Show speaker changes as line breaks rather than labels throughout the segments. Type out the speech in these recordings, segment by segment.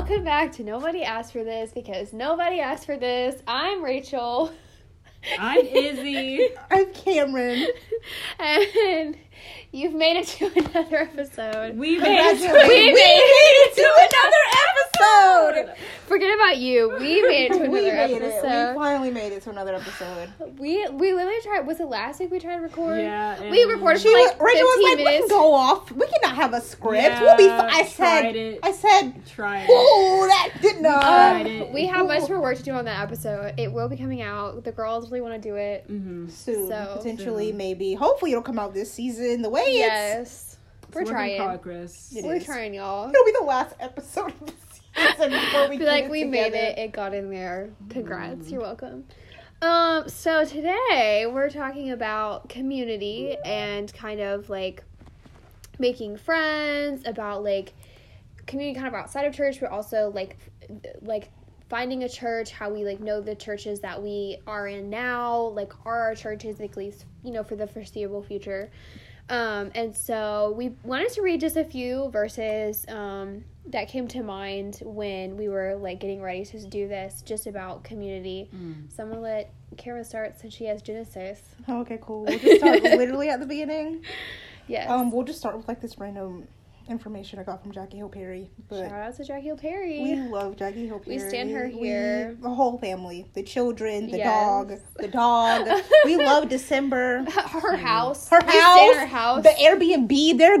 to Nobody Asked for This because nobody asked for this. I'm Rachel.
I'm Izzy.
I'm Cameron.
and you've made it to another episode.
We made
Congratulations.
it.
We made it
to another episode.
Forget about you. We made it to another
we made it. We
episode.
finally made it to another episode.
We, we literally tried. Was it last week we tried to record?
Yeah,
We
and-
recorded
She
for like
was, Rachel
15
was like, "We
minutes.
can go off. We cannot have a script. we'll be." F-. I
Yeah, tried
said,
it.
"I said,
Try it.
oh, that did not."
tried
Um,
it.
we have much more work to do on that episode. It will be coming out. The girls really want to do it.
Mm-hmm.
soon,
So-
potentially,
Soon.
maybe, hopefully, it'll come out this season. The way it's,
Yes. We're trying.
Progress.
It
We're
is.
trying, y'all.
it'll be the last episode of the season before we
Be
get
like,
it
we made
together. Mm.
it. It got in there. Congrats. You're welcome. Um, so today we're talking about community and kind of like making friends, about like community kind of outside of church, but also like f- like finding a church, how we like know the churches that we are in now, like are our churches at least, you know, for the foreseeable future. Um, and so we wanted to read just a few verses um, that came to mind when we were like getting ready to do this, just about community. So I'm gonna let Karen start since she has Genesis.
Oh, okay, cool. We'll just start literally at the beginning.
Yes.
Um, we'll just start with like this random information I got from Jackie Hill Perry, but
Shout out to Jackie Hill Perry.
We love Jackie Hill
We
Perry.
stand her
We-
here.
the whole family, the children, the
Yes.
dog, the dog. we love December.
her house.
Her
We stay in
house,
Her house.
The Airbnb. They're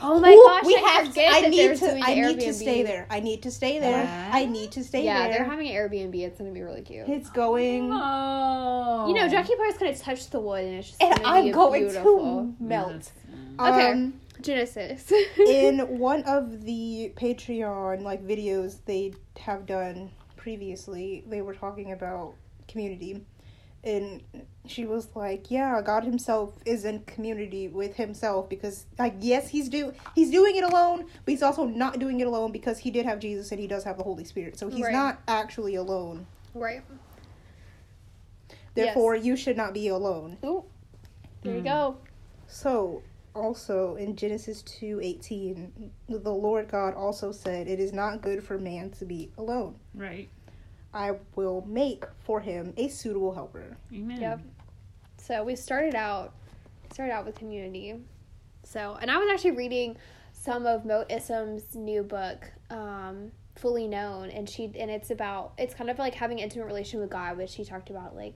oh my
Ooh,
gosh.
we
I
have. To,
forget
I
that
need
they're
to.
doing
I
the
need to
Airbnb.
stay there. I need to stay there.
Wow.
I need to stay
Yeah,
there.
they're having an Airbnb. It's gonna be really cute.
it's going,
Oh.
You know, Jackie Perry's gonna touch the wood, and it's just
and
gonna be
I'm going
beautiful.
to melt.
Okay.
Um,
Genesis.
in one of the Patreon like videos they have done previously, they were talking about community. And she was like, "Yeah, God Himself is in community with Himself because, like, yes, He's do He's doing it alone, but He's also not doing it alone because He did have Jesus and He does have the Holy Spirit, so He's
Right.
not actually alone.
right. Yes.
Therefore, you should not be alone."
Ooh. There you
Mm.
go.
So also in Genesis 2:18 the Lord God also said it is not good for man to be alone.
Right.
I will make for him a suitable helper.
Amen.
Yep. So we started out started out with community. So and I was actually reading some of Mo Ism's new book, um, Fully Known, and she and it's about it's kind of like having an intimate relation with God, which she talked about like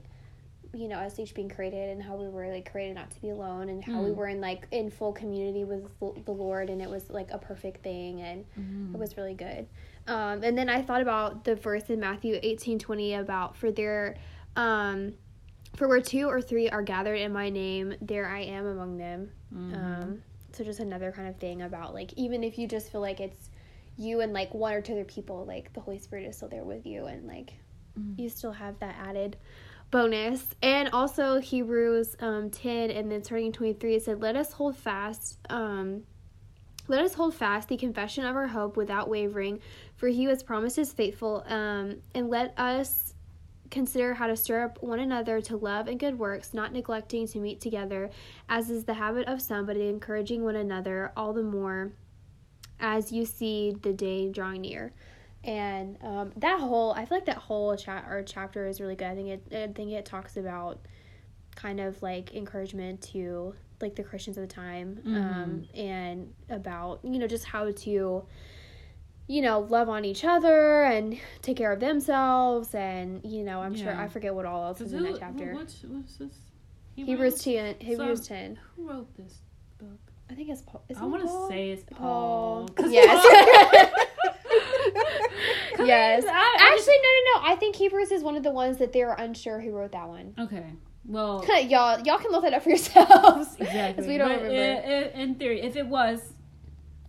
you know, us each being created and how we were like created not to be alone and how we
Mm.
were in like in full community with l- the Lord and it was like a perfect thing and
Mhm.
it was really good. Um, and then I thought about the verse in Matthew eighteen twenty about for their, um, for where two or three are gathered in my name, there I am among them. Um, so just another kind of thing about like even if you just feel like it's you and like one or two other people, like the Holy Spirit is still there with you and like you still have that added bonus. And also Hebrews um, ten and then starting in twenty three it said, Let us hold fast um let us hold fast the confession of our hope without wavering, for he who has promised is faithful. Um, and let us consider how to stir up one another to love and good works, not neglecting to meet together, as is the habit of some, but encouraging one another all the more as you see the day drawing near. And um, that whole, I feel like that whole chat or chapter is really good. I think it, I think it talks about kind of like encouragement to like the Christians of the time, um, and about you know just how to, you know, love on each other and take care of themselves, and you know, I'm sure
Yeah.
I forget what all else
So
is in
who-
that chapter.
What's, what's this?
Hebrews ten. Hebrews ten.
Who wrote this book?
I think it's Paul. Is
I want to say it's Paul. 'cause
Yes.
Paul-
yes.
I- I just-
Actually, no, no, no. I think Hebrews is one of the ones that they're unsure who wrote that one.
okay. Well,
y'all, y'all can look that up for yourselves. 'cause
exactly.
we don't
But
remember.
i- i- in theory, if it was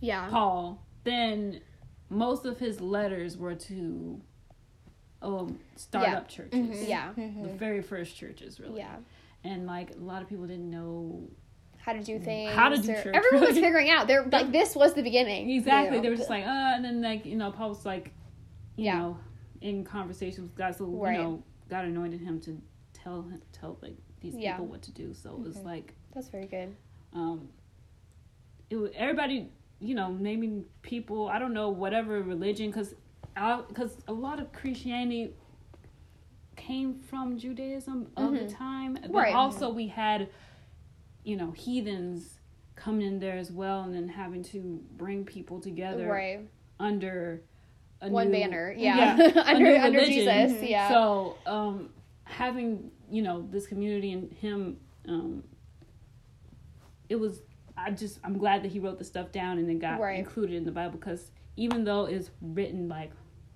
yeah.
Paul, then most of his letters were to um, startup churches.
Yeah.
The very first churches, really.
Yeah.
And like a lot of people didn't know
How to do things.
Mm. How to do
or-
church.
Everyone was figuring out. They're like, this was the beginning.
exactly.
Yeah.
They were just like, uh, and then like you know, Paul was like, you
Yeah.
know, in conversations with God, so
Right.
you know, God anointed him to tell him tell like these
Yeah. Mm-hmm.
people what to do. So it was like,
That's very good.
um, it was, everybody, you know, naming people. I don't know whatever religion because because a lot of Christianity came from Judaism of the time, but
Mm-hmm. Right.
also we had, you know, heathens coming in there as well, and then having to bring people together
right.
under a
One
new-
banner, yeah, under
new
under
religion. Mm-hmm.
Jesus, yeah.
So um, having you know this community and him, um, it was. I just I'm glad that he wrote the stuff down and then got
Right.
included in the Bible because even though it's written like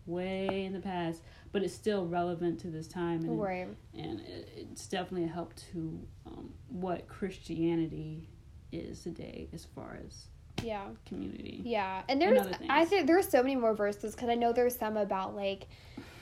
way in the past, but it's still relevant to this time and
right.
and it, it's definitely a help to um, what Christianity is today as far as
Yeah.
community.
Yeah, and there's
other things.
I think there's so many more verses because I know there's some about like,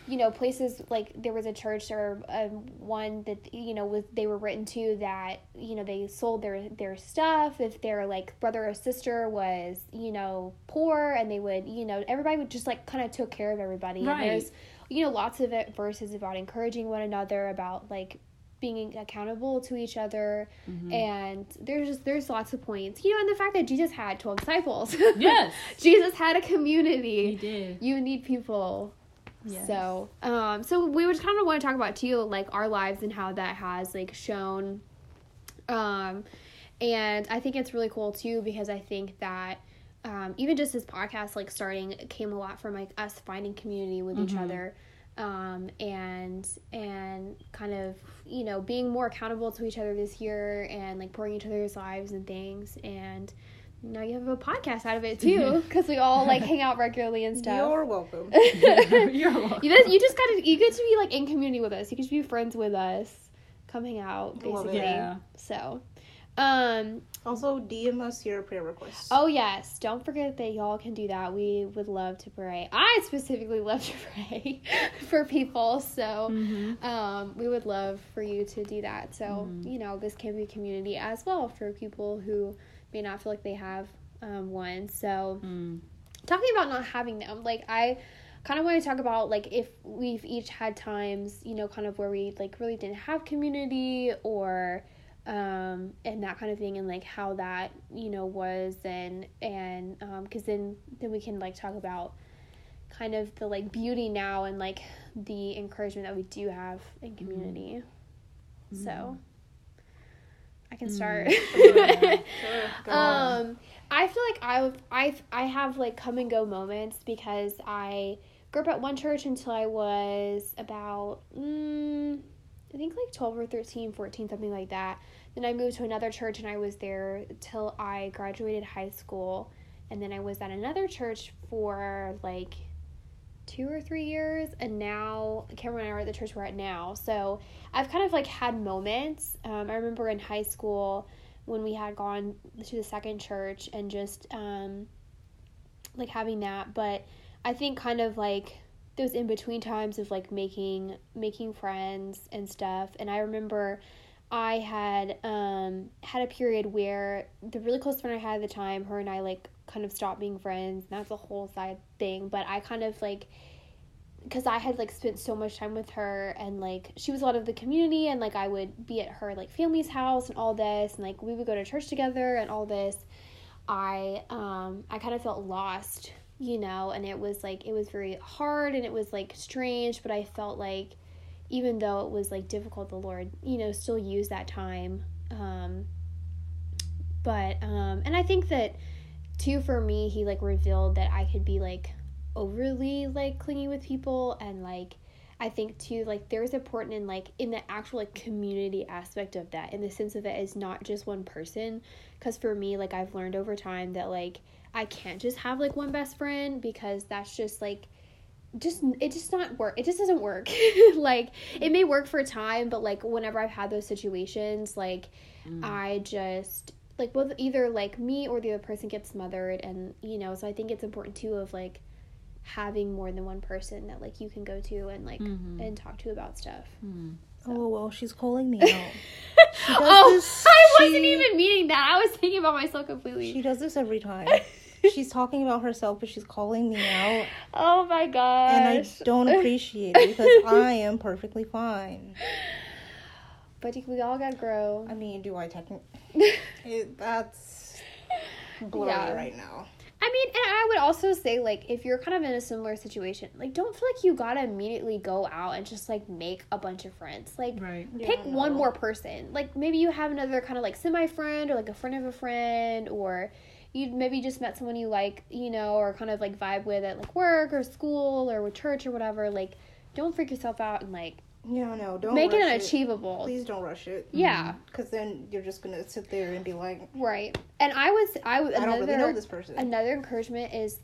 you know, places like there was a church or um, one that you know was they were written to that you know they sold their their stuff if their like brother or sister was you know poor and they would you know everybody would just like kind of took care of everybody.
Right.
And there's you know lots of it, verses about encouraging one another about like being accountable to each other
Mm-hmm.
and there's just there's lots of points you know and the fact that jesus had 12 disciples
Yes,
Jesus had a
he
community.
did.
You need people.
Yes.
So, um, so we would kind of want to talk about too, like our lives and how that has like shown, um, and I think it's really cool too because I think that, um, even just this podcast like starting came a lot from like us finding community with each other, um, and and kind of you know being more accountable to each other this year and like pouring each other's lives and things and. Now you have a podcast out of it too, because we all like hang out regularly and stuff.
You're welcome.
You're welcome.
You just, you just gotta you get to be like in community with us. You get to be friends with us, coming out
I love it.
basically.
Yeah.
So, um,
also, DM us your prayer requests.
oh yes, don't forget that y'all can do that. We would love to pray. I specifically love to pray for people, so
Mm-hmm.
Mm.
um, we would love for you to do that. So
Mm-hmm.
you know, this can be community as well for people who may not feel like they have um, one. So
Mm.
talking about not having them like i kind of want to talk about like if we've each had times you know kind of where we like really didn't have community or um and that kind of thing and like how that you know was and and um because then then we can like talk about kind of the like beauty now and like the encouragement that we do have in community so i can start
Sure, go on.
um i feel like i've i've i have like come and go moments because i grew up at one church until i was about mm, i think like 12 or 13 14 something like that then i moved to another church and i was there till i graduated high school and then i was at another church for like two or three years and now cameron and i are at the church we're at now so i've kind of like had moments um, i remember in high school when we had gone to the second church and just um like having that but i think kind of like those in between times of like making making friends and stuff and i remember i had um had a period where the really close friend i had at the time her and i like kind of stopped being friends and that's a whole side thing but i kind of like because I had like spent so much time with her and like she was a lot of the community and like I would be at her like family's house and all this and like we would go to church together and all this I um I kind of felt lost you know and it was like it was very hard and it was like strange but I felt like even though it was like difficult the Lord you know still used that time um but um and I think that too for me he like revealed that I could be like overly like clingy with people and like I think too like there's important in like in the actual like community aspect of that in the sense of it is not just one person cuz for me like I've learned over time that like I can't just have like one best friend because that's just like just it just not work it just doesn't work like it may work for a time but like whenever I've had those situations like I just like both either like me or the other person gets smothered and you know so I think it's important too of like having more than one person that like you can go to and like and talk to about stuff.
oh, well, she's calling me out. She does
Oh,
this-
I wasn't
she-
even meaning that. I was thinking about myself completely.
She does this every time. she's talking about herself, but she's calling me out,
oh my gosh.
and I don't appreciate it because I am perfectly fine.
but we all got to grow.
I mean, do I technically? That's blurry
Yeah.
right now.
I mean, and I I would also say like if you're kind of in a similar situation, like don't feel like you gotta immediately go out and just like make a bunch of friends. Like
Right.
Yeah,
pick one
no.
more person. Like maybe you have another kind of like semi friend or like a friend of a friend or you maybe just met someone you like, you know, or kind of like vibe with at like work or school or with church or whatever. Like don't freak yourself out and like
Yeah, no, don't
make it
rush
unachievable.
Please don't rush it.
Yeah,
Because then you're just gonna sit there and be like,
right. And I was I would
I don't really know
another
this person.
another encouragement is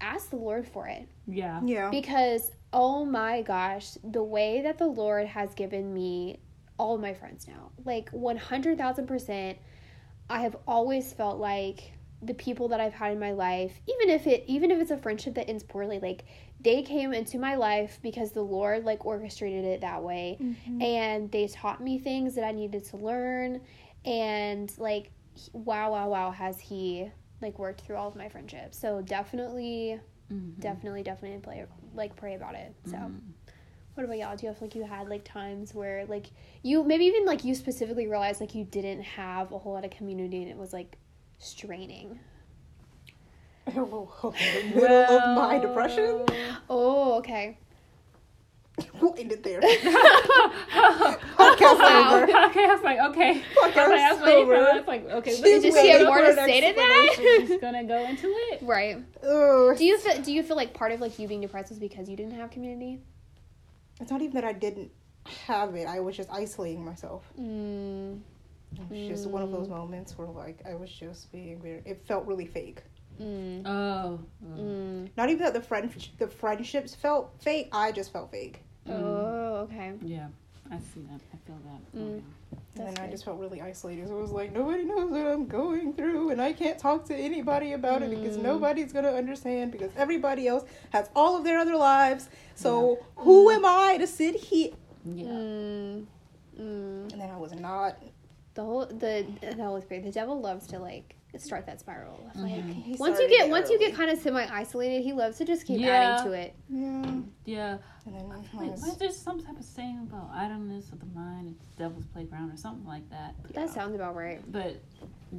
ask the Lord for it.
Yeah.
yeah.
because oh my gosh the way that the lord has given me all of my friends now like 100000% i have always felt like the people that i've had in my life even if it even if it's a friendship that ends poorly like they came into my life because the lord like orchestrated it that way
Mm-hmm.
and they taught me things that i needed to learn and like he- wow wow wow has he like worked through all of my friendships so definitely
Mhm.
definitely definitely play like pray about it so
Mhm.
what about y'all do you feel like you had like times where like you maybe even like you specifically realized like you didn't have a whole lot of community and it was like straining
the middle of my depression.
oh okay
We'll end it there. Podcast
Wow.
over.
okay, I was like, okay.
Fuck,
I was like, I
I'm
was waiting for
sober.
her. I was like, okay.
She's
but
did she have
waiting
more
for
to
an
say to
explanation.
that
She's gonna go into it.
right
Ugh.
do you feel do you feel like part of like you being depressed was because you didn't have community
It's not even that I didn't have it. I was just isolating myself.
mm,
It was just one of
Mm.
those moments where like I was just being very. It felt really fake.
mm,
Oh.
mm.
Not even that the friend the friendships felt fake. I just felt fake,
oh okay
mm. Yeah. I see that. I feel
Mm.
that. Okay.
and
That's
then I
good.
just felt really isolated. So it was like nobody knows what I'm going through, and I can't talk to anybody about it because
Mm.
nobody's gonna understand because everybody else has all of their other lives. So who am I to sit here?
Yeah.
mm, mm.
And then I was not.
the whole the that was great the devil loves to like start that spiral of, like
Mhm.
He
Mm-hmm. once you
started
get
it
once you get
early.
kind of semi isolated, he loves to just keep
Yeah.
adding to it.
yeah.
Yeah.
And then I
Wait,
was-
what- there's some type of saying about idleness of the mind, it's the devil's playground, or something like that.
That sounds about right.
But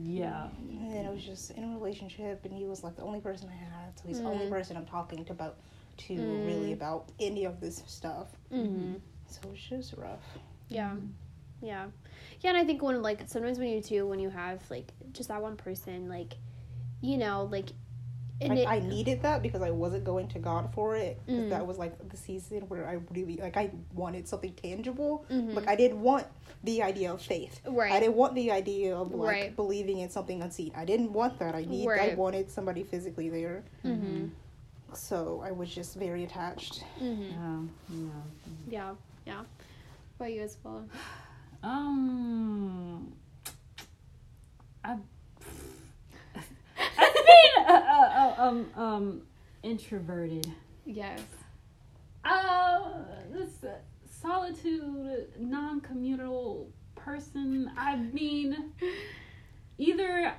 yeah,
And then I was just in a relationship, and he was like the only person I had, so he's the only
Mm.
person I'm talking to about to
Mm.
really about any of this stuff.
Mm-hmm.
So it's just rough.
Yeah, Mm-hmm. yeah, yeah. And I think when like sometimes when you do when you have like just that one person, like you know, like and
Like
it,
I needed that because I wasn't going to God for it. 'cause
Mm.
That was like the season where I really like I wanted something tangible.
Mhm.
Like I didn't want the idea of faith.
right,
I didn't want the idea of like
Right.
believing in something unseen. I didn't want that. I need. I
Right.
wanted somebody physically there.
mm-hmm.
So I was just very attached.
Mm-hmm.
yeah, yeah.
yeah, yeah. About you as well.
Um, I, I've been uh, uh, uh, um um introverted.
Yes.
Uh, this uh, solitude, non-communal person. I mean, either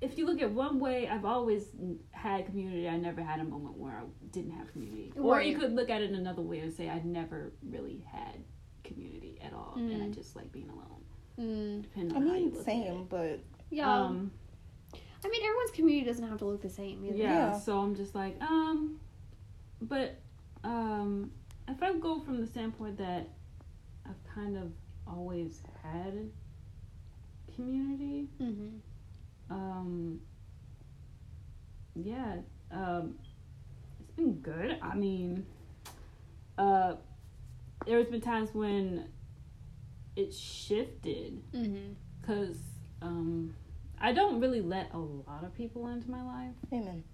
if you look at one way, I've always n- had community. I never had a moment where I didn't have community. Or you
Right.
could look at it another way and say I never really had community at all, and I
Mm.
just like being alone.
Mm.
Depending
I
on how you
mean,
look at
same,
it.
but
Yeah.
Um,
I mean, everyone's community doesn't have to look the same
yeah,
either.
Yeah.
So I'm just like, um, but um, if I go from the standpoint that I've kind of always had community,
Mm-hmm.
um, yeah, um, it's been good. I mean, uh, there's been times when it shifted
Mm-hmm.
because um, I don't really let a lot of people into my life.
amen.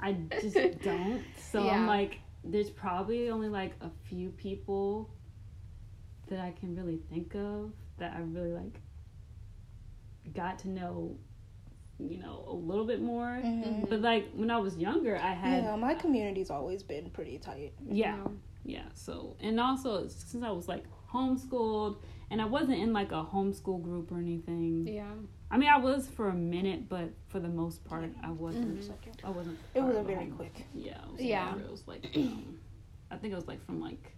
I just don't. So I'm
Yeah.
like, there's probably only like a few people that I can really think of that I really like got to know, you know, a little bit more.
Mm-hmm.
Mhm.
But like when I was younger, I had Mm-hmm.
yeah, my community's always been pretty tight.
yeah, yeah. So and also since I was like homeschooled and I wasn't in like a homeschool group or anything.
Yeah.
I mean, I was for a minute, but for the most part, I wasn't. I wasn't.
Mm-hmm. It was
part
a
of a
very
home-
quick.
Yeah. It was
Yeah.
yeah. It was like, um, I think it was like from like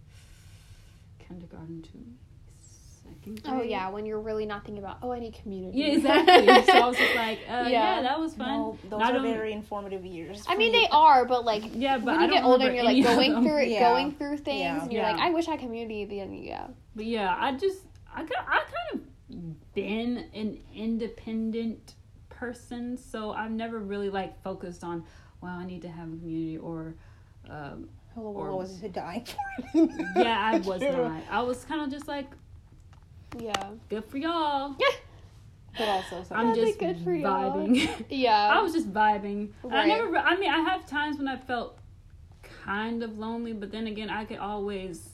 kindergarten to second
things.
Oh
right?
yeah, when you're really not thinking about oh I need community.
Yeah, exactly. so I was just like, uh, yeah.
Yeah.
that was fun.
No, those
Not
are
only-
very informative years.
I
for
mean
you.
they are, but like
yeah, but
when
I
you
don't
get older and
remember
you're like
any
going
of them.
through it,
Yeah.
going through things,
Yeah.
and you're like
Yeah.
I wish I had community. Then yeah,
But yeah, I just I got I kind of been an independent person, so I've never really like focused on wow I need to have a community or um,
Hello,
or-
was dying for it.
yeah I was not. I was kind of just like
yeah,
good for y'all.
But also, so
I'm
That'd be
just
good for y'all.
vibing.
yeah.
Um,
I was just vibing. I
Right.
never. re- I mean, I have times when I felt kind of lonely, but then again, I could always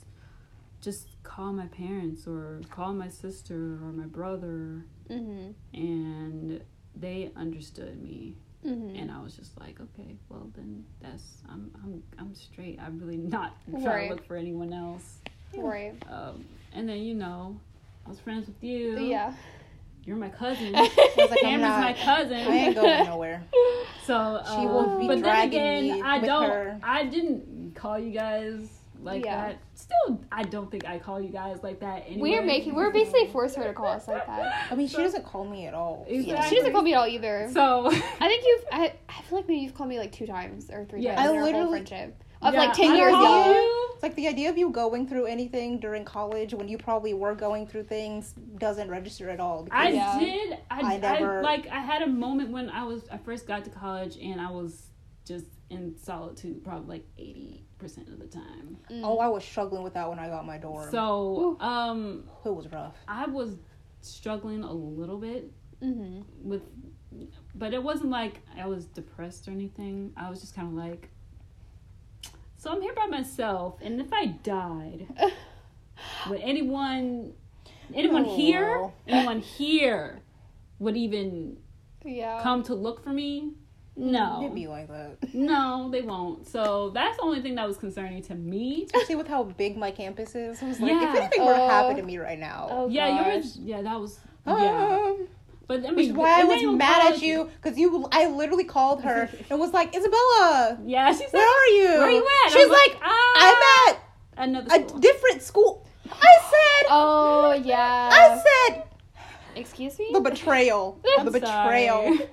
just call my parents or call my sister or my brother,
hmm
and they understood me.
Mm.
hmm
And I was just like, okay, well then, that's I'm I'm I'm straight. I'm really not trying
Right.
to look for anyone else.
Right.
Um, and then you know, I was friends with you.
Yeah.
you're my cousin.
was like, I'm
Amber's
not.
my cousin.
I ain't going nowhere.
So
She
uh,
will be
but then
dragging
again,
me
I
with
don't.
her.
I didn't call you guys like
Yeah.
that. Still, I don't think I call you guys like that. Anyway.
We are making. We're basically forced her to call us like that.
I mean, she doesn't call me at all.
Exactly.
She doesn't call me at all either.
So
I think you've. I, I feel like maybe you've called me like two times or three
Yeah.
I
times. in our whole
literally-
friendship of
yeah,
like ten
I
years
call
ago.
you.
It's like the idea of you going through anything during college when you probably were going through things doesn't register at all.
I
Because
Yeah.
did. I,
I
I
never-
like. I had a moment when I was. I first got to college and I was just in solitude, probably like eighty percent of the time.
oh, I was struggling with that when I got my dorm.
So um,
it was rough.
I was struggling a little bit
Mm-hmm.
with but it wasn't like I was depressed or anything. I was just kind of like so I'm here by myself and if I died would anyone anyone
Oh,
here
well.
anyone here would even
Yeah.
come to look for me? No.
It'd be like that.
No, they won't. So that's the only thing that was concerning to me.
Especially with how big my campus is. I was like,
Yeah.
if anything were to
Oh.
happen to me right now.
oh
yeah,
gosh.
yours yeah, that was
Um,
Oh, yeah. But I
Which is
mean
why I was
Emmanuel
mad
College-
at you because you, I literally called her and was like, Isabella,
Yeah, she said
where are you?
Where are you at?
She's
I'm
like, I'm
ah,
at
another
a
school.
different school. I said,
Oh yeah.
I said
Excuse me.
the betrayal,
I'm
the betrayal.
sorry.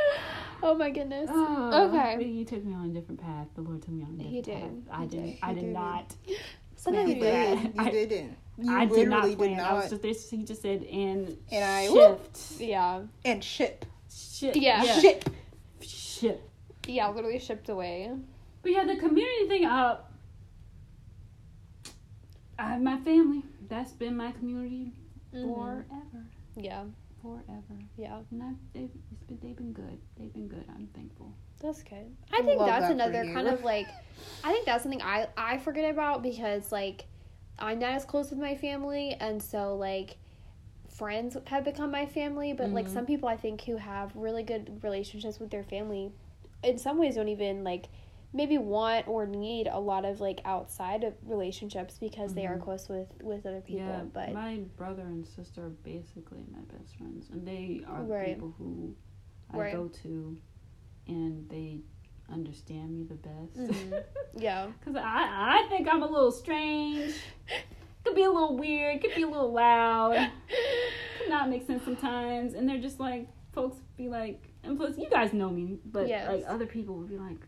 oh my goodness.
Oh,
Okay.
He took me on a different path. The Lord took me on a different
He
path.
did.
I
He
did.
did.
I
He
did
did.
not.
Sometimes
You
you do
Yeah.
that.
did.
I-
You didn't. You
I did not
literally
plan.
did
I was
not.
just, this- he just said, and,
And I-
shift.
Yeah.
And ship.
Shit.
Yeah.
Yeah.
Ship.
Shit.
Yeah. Literally shipped away.
But yeah, the community thing. Uh, I have my family. That's been my community
Mm-hmm.
Mhm.
forever.
Yeah.
Forever.
Yeah.
And I've, they've, it's been, they've been good. They've been good. I'm thankful.
That's good. I think
love
that's
that for
another
you.
kind of like, I think that's something I I forget about because like, I'm not as close with my family, and so like, friends have become my family. But like
Mhm.
some people, I think who have really good relationships with their family, in some ways don't even like maybe want or need a lot of like outside of relationships because they are
Mhm.
close with with other people.
yeah,
but
my brother and sister are basically my best friends, and they are the
Right.
people who I
Right.
go to, and they understand me the best.
Mhm. yeah,
Cause I I think I'm a little strange. Could be a little weird. Could be a little loud. Could not make sense sometimes, and they're just like folks be like, and plus you guys know me, but
Yes.
like other people would be like,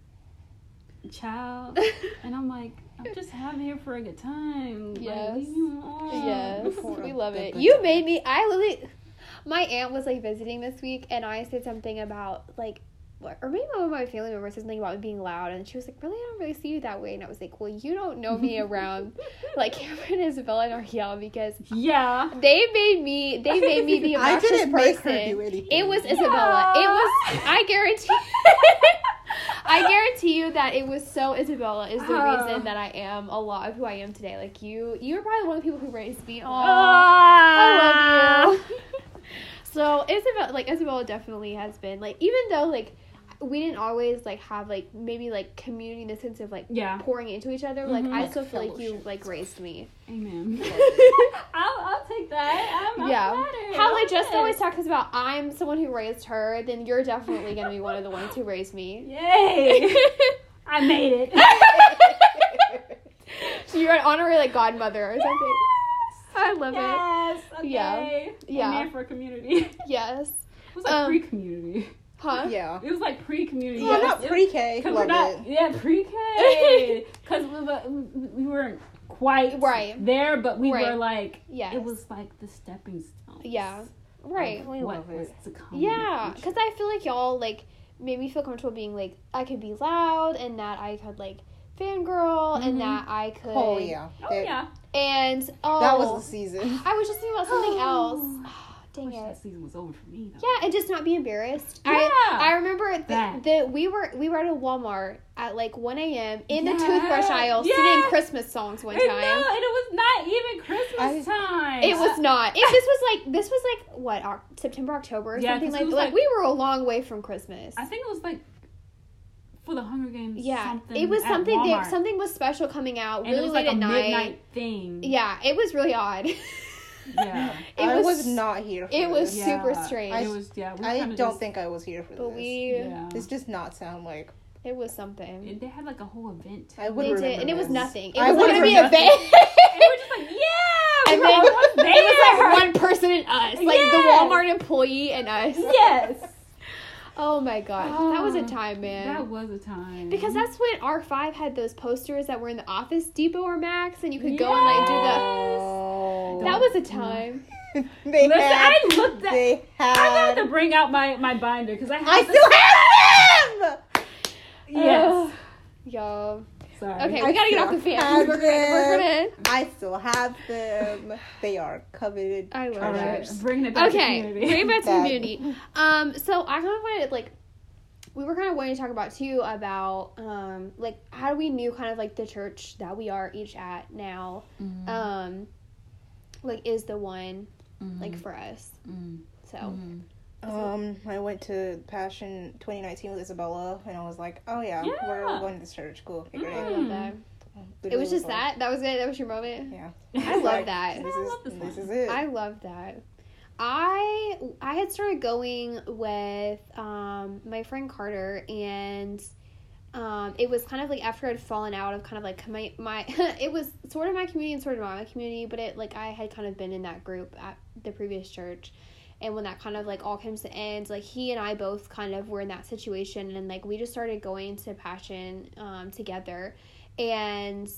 child, and I'm like. I'm just having here for a good time. Like,
Yes.
leave me alone.
Yes,
For
we
a
love it.
good
You
time.
made me. I literally. My aunt was like visiting this week, and I said something about like, or maybe one of my family members said something about me being loud, and she was like, "Really, I don't really see you that way." And I was like, "Well, you don't know me around like Cameron, Isabella, and Ariel because
Yeah.
they made me. They made me the
I
obnoxious
didn't
person."
make her do anything.
It was Isabella. It was. I guarantee. I guarantee you that it was so Isabella is the
Oh.
reason that I am a lot of who I am today. Like you, you were probably one of the people who raised me. Aww,
Ah.
I love you. so Isabella, like Isabella, definitely has been like even though like we didn't always like have like maybe like community in the sense of like
Yeah.
pouring into each other. Like
Mhm.
I
Like
still feel like you
fellowship.
like raised me.
Amen. I'll, I'll take that. I'm, I'm
Yeah.
flattered.
How
I'm
like Jessica
flattered.
always talks about I'm someone who raised her, then you're definitely gonna be one of the ones who raised me.
Yay! I made it.
so you're an honorary like godmother or something. I love it.
yes. Okay.
Yeah. Yeah.
Yeah. Man for community. It
Yes.
was like
Um,
pre-community.
Huh?
Yeah.
It was like pre-community.
Well,
Yes,
not
it-
pre-K.
Cause we're
Love
not,
it.
yeah, pre-K, because we, were- we weren't quite
Right.
there, but we
Right.
were like,
Yes.
it was like the stepping stones.
Yeah. Right.
of
We
what
love it.
was to come in the
Yeah,
future.
because I feel like y'all like made me feel comfortable being like I could be loud and that I could like fangirl
Mhm.
and that I could.
Mm-hmm. Oh yeah.
Oh
That-
yeah.
And oh,
That was the season.
I was just thinking about something
Oh.
else.
I
Dang
wish
it.
that season was over for me. Though.
Yeah, and just not be embarrassed.
Yeah.
I I remember th-
That.
that we were we were at a Walmart at like 1 a.m. in the
Yes.
toothbrush aisle singing
Yes.
Christmas songs one
And no, and
time.
it was not even Christmas
I-
time.
It was not. If this was like this was like what Oc- September October or
Yeah,
something
'cause
like
it was,
like
like-
we were a long way from Christmas.
I think it was like for the Hunger Games.
Yeah,
something
it was
at
something. They,
Walmart.
something was special coming out
and
really
it was
late
like
at
a
night.
midnight thing.
Yeah, it was really odd. it
yeah.
I was, not here. For
It was
this.
super
Yeah.
strange.
It was yeah. we
I
kinda
don't
just-
think I was here for
but
this.
we
Yeah.
This does not sound like
it was something.
And they had like a whole event.
I would
they
remember.
did, and it was
this.
nothing. It
I
was literally a
would've
van.
And we're just like, yeah, we
And
were
then
almost there.
it was like one person and us, like the
Yes.
Walmart employee and us.
Yes,
Oh my god, Oh, that was a
Ah,
time, man.
that was a time.
because that's when R5 had those posters that were in the office, Depot or Max, and you could go and like do the.
Oh.
That was a time.
they
Listen,
had,
I looked at.
They had.
I had to bring out my my binder because I had.
I
this-
still have them.
Yes.
Ugh. Y'all.
Sorry.
Okay,
I
we gotta get off the
still
fan.
have
We're gonna, we're gonna.
I still have them. They are coveted.
I love
All right.
Others.
Bringing it back. to
Okay,
community.
bring it back to
Bad.
community. Um, so I kind of wanted like we were kind of wanting to talk about too about um like how we knew kind of like the church that we are each at now
Mhm.
um like is the one
Mhm.
like for us.
Mhm.
So
Mhm.
Um, I went to Passion 2019 with Isabella, and I was like, "Oh yeah, we're all
Yeah.
going to this church. Cool, figure
I
it out."
love that. Mm. It
Literally
was just
like-
that. That was it. That was your moment.
Yeah.
I
It's
love
like,
that.
This
I
is
love this
this is
one.
it.
I love that. I I had started going with um my friend Carter and um it was kind of like after I'd fallen out of kind of like my my it was sort of my community and sort of not my community, but it like I had kind of been in that group at the previous church. And when that kind of like all came to end, like he and I both kind of were in that situation and like we just started going to passion um together and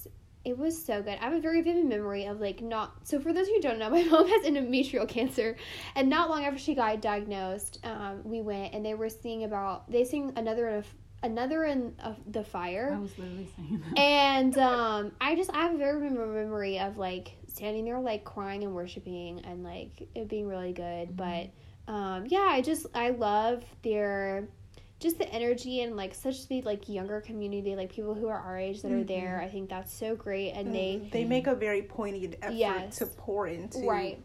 it was so good. I have a very vivid memory of like not. So for those who don't know, my mom has endometrial cancer, and not long after she got diagnosed, um, we went and they were singing about they sing another of another in of the fire,
I was literally saying that.
and um, I just I have a very vivid memory of like standing there like crying and worshiping and like it being really good. But um, yeah, I just I love their just the energy and like such the like younger community like people who are our age that are there. I think that's so great, and they
they make a very pointed effort
Yes.
to pour into
right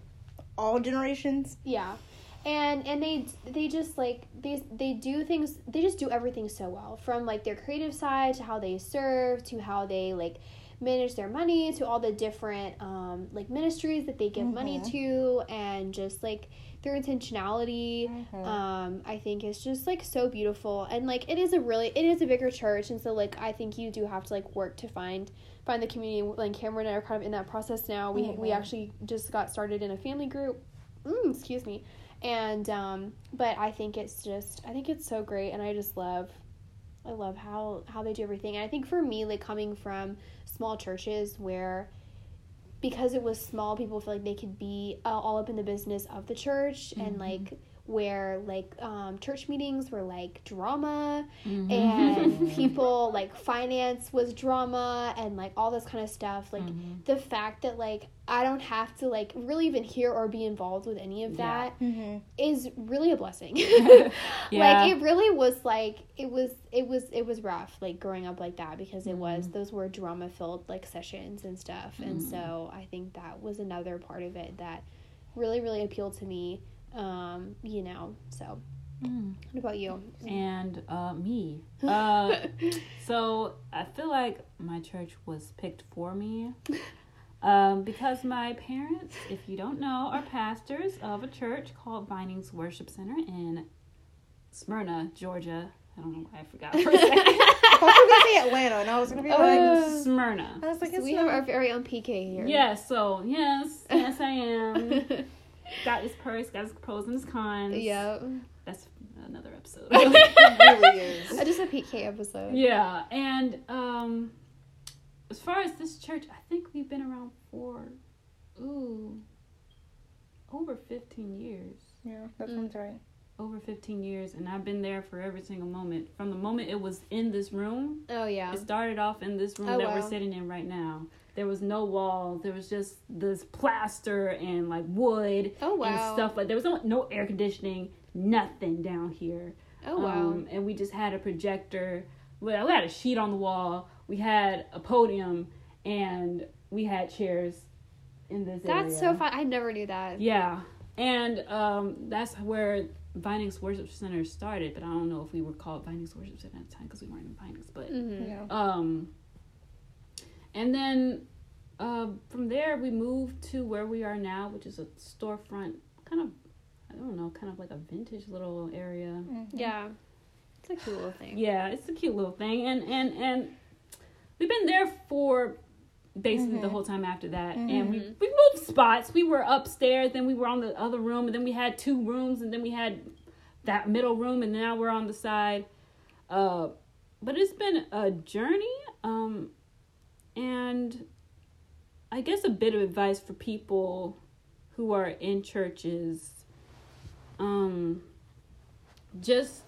all generations.
yeah and and they they just like they they do things they just do everything so well from like their creative side to how they serve to how they like manage their money to all the different um like ministries that they give money to and just like their intentionality um i think is just like so beautiful and like it is a really it is a bigger church and so like i think you do have to like work to find find the community like cameron and i are kind of in that process now we we actually just got started in a family group mm, excuse me and um but i think it's just i think it's so great and i just love i love how how they do everything and i think for me like coming from small churches where because it was small people feel like they could be uh, all up in the business of the church and like where like um, church meetings were like drama
Mm-hmm.
and people like finance was drama and like all this kind of stuff like the fact that like i don't have to like really even hear or be involved with any of
Yeah.
that
Mm-hmm.
is really a blessing
Yeah.
like it really was like it was it was it was rough like growing up like that because it
Mm-hmm.
was those were drama filled like sessions and stuff and so i think that was another part of it that really really appealed to me um you know so
Mm.
what about you
and uh, me. Uh, so I feel like my church was picked for me um, because my parents, if you don't know, are pastors of a church called Vinings Worship Center in Smyrna, Georgia. I don't know why I forgot for a second.
thought you were gonna say Atlanta, and I was gonna be like,
Uh,
Smyrna.
I was like, it's
we
not.
have our very own PK here.
Yeah, so yes, yes I am. Got its perks, got its pros and its cons.
yep.
That's another episode.
it really is.
I just a PK episode.
yeah, and um as far as this church, I think we've been around for ooh over 15 years.
Yeah, that sounds right.
Over 15 years and I've been there for every single moment. From the moment it was in this room,
Oh yeah.
It started off in this room
Oh,
that
wow.
we're sitting in right now. There was no wall. There was just this plaster and like wood
Oh
and
wow.
stuff. Like there was no no air conditioning, nothing down here.
Oh wow.
Um, and we just had a projector. Well, we had a sheet on the wall. We had a podium, and we had chairs in this area.
That's so fun. I never knew that.
Yeah, and um, that's where Vinings Worship Center started. But I don't know if we were called Vinings Worship Center at the time because we weren't in Vinings, but.
Mm-hmm.
Yeah.
Um, and then uh, from there, we moved to where we are now, which is a storefront, kind of, I don't know, kind of like a vintage little area.
Yeah. It's a cool little thing.
Yeah, it's a cute little thing. And, and, and we've been there for basically the whole time after that. And we, we moved spots. We were upstairs, then we were on the other room, and then we had two rooms, and then we had that middle room, and now we're on the side. Uh, but it's been a journey. Um, and I guess a bit of advice for people who are in churches, um, just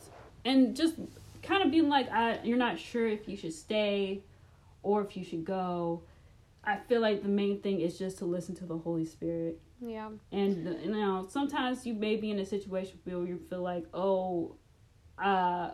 and just kind of being like, I, you're not sure if you should stay or if you should go. I feel like the main thing is just to listen to the Holy Spirit.
Yeah.
And the- you know, sometimes you may be in a situation where you feel like, oh, uh,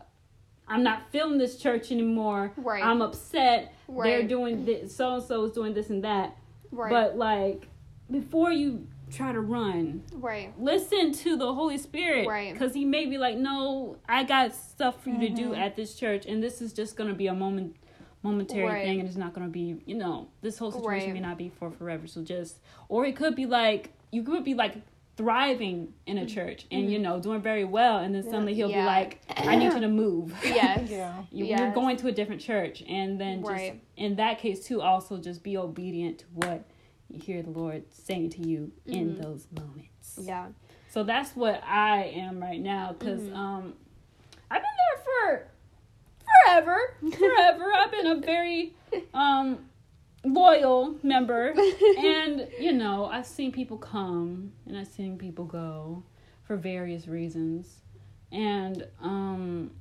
I'm not feeling this church anymore.
Right.
I'm upset. They're
Right.
doing this. So and so is doing this and that.
Right.
But like, before you try to run,
right.
listen to the Holy Spirit.
Right.
Because He may be like, no, I got stuff for you to
Mm-hmm.
do at this church, and this is just gonna be a moment, momentary
Right.
thing, and it's not gonna be, you know, this whole situation
Right.
may not be for forever. So just, or it could be like, you could be like thriving in a church and you know doing very well and then suddenly he'll
Mm-hmm. Yeah.
be like i need you to move
Yes.
Yeah.
you, you're
Yes.
going to a different church and then just
Right.
in that case too also just be obedient to what you hear the lord saying to you in
Mm-hmm.
those moments
Yeah.
so that's what i am right now because um i've been there for forever forever i've been a very um loyal member and you know i've seen people come and i've seen people go for various reasons and um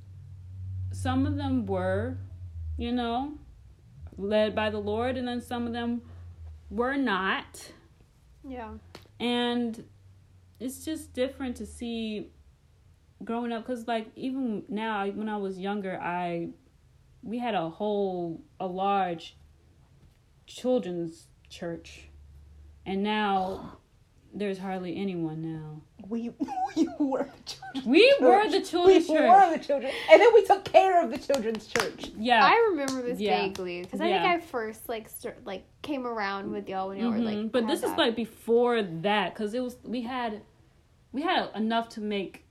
some of them were you know led by the lord and then some of them were not
Yeah.
and it's just different to see growing up because like even now when i was younger i we had a whole a large children's church and now there's hardly anyone now
We we were the children's
we were
church.
the children's
we
church
were the children, and then we took care of the children's church.
yeah
I remember this
Yeah.
vaguely because I
Yeah.
think I first like start, like came around with y'all when y'all were
Mhm.
like.
but this
had
is
that.
like before that because it was we had we had enough to make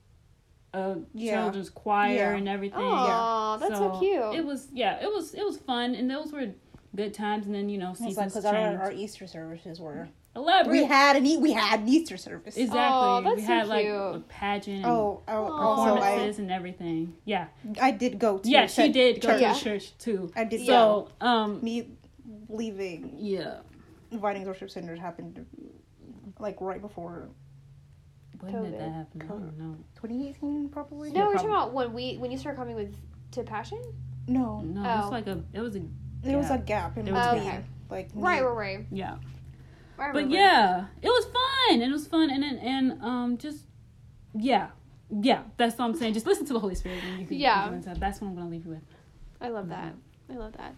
a
Yeah.
children's choir
Yeah.
and everything
Aw, Oh, that's so, cute.
It was yeah, it was it was fun, and those were good times. And then you know
It's
seasons
like because
change.
our, our Easter services were
Elaborate.
we had an e- we had an Easter service.
exactly.
Aw, Oh, that's
we
so
had like
cute.
a pageant. And
Oh, oh also I
Performances and everything. Yeah.
I did go to
Yeah, she
said
did go
church.
to
Yeah.
church too.
I did go.
So, um,
Me leaving
yeah.
Vinings Worship Center happened like right before
When did that
COVID.
happen? I don't know.
2018 probably.
no, we're
probably-
talking about when we when you started coming with to passion.
No,
No, it
Oh.
was like a, it was a,
there was
Yeah.
a gap in
There was
a
between.
gap.
Like
Oh, Right. Right. Right.
yeah.
I
But
remember.
yeah, it was fun. and It was fun. And, and, and, um, just, yeah. Yeah, that's what I'm saying. Just listen to the Holy Spirit. when you can-
Yeah.
when you- That's what I'm going to leave you with.
I love
Mm-hmm.
that. I love that.